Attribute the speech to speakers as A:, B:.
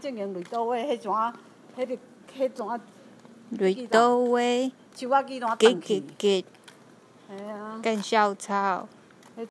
A: 正经雷刀尾迄种，迄个迄种啊，
B: 绿豆花，
A: 树仔枝怎
B: 结
A: 断
B: 结
A: 去？
B: 结，
A: 嘿啊，
B: 干小草，